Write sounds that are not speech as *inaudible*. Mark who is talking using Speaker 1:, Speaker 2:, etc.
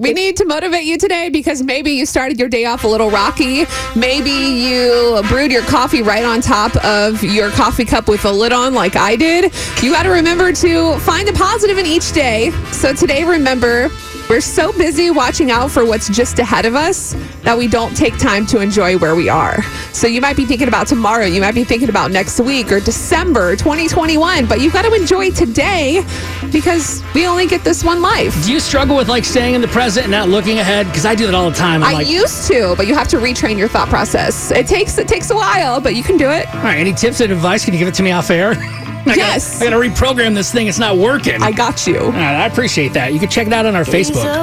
Speaker 1: We need to motivate you today because maybe you started your day off a little rocky. Maybe you brewed your coffee right on top of your coffee cup with a lid on, like I did. You got to remember to find the positive in each day. So today, remember, we're so busy watching out for what's just ahead of us that we don't take time to enjoy where we are. So you might be thinking about tomorrow, you might be thinking about next week or December 2021, but you've got to enjoy today because we only get this one life.
Speaker 2: Do you struggle with like staying in the present and not looking ahead? Because I do that all the time. I'm
Speaker 1: I
Speaker 2: like,
Speaker 1: used to, but you have to retrain your thought process. It takes it takes a while, but you can do it.
Speaker 2: all right, any tips and advice? Can you give it to me off air? *laughs* I gotta-
Speaker 1: Yes.
Speaker 2: I gotta reprogram this thing. It's not working.
Speaker 1: I got you.
Speaker 2: all right, I appreciate that. You can check it out on our Facebook.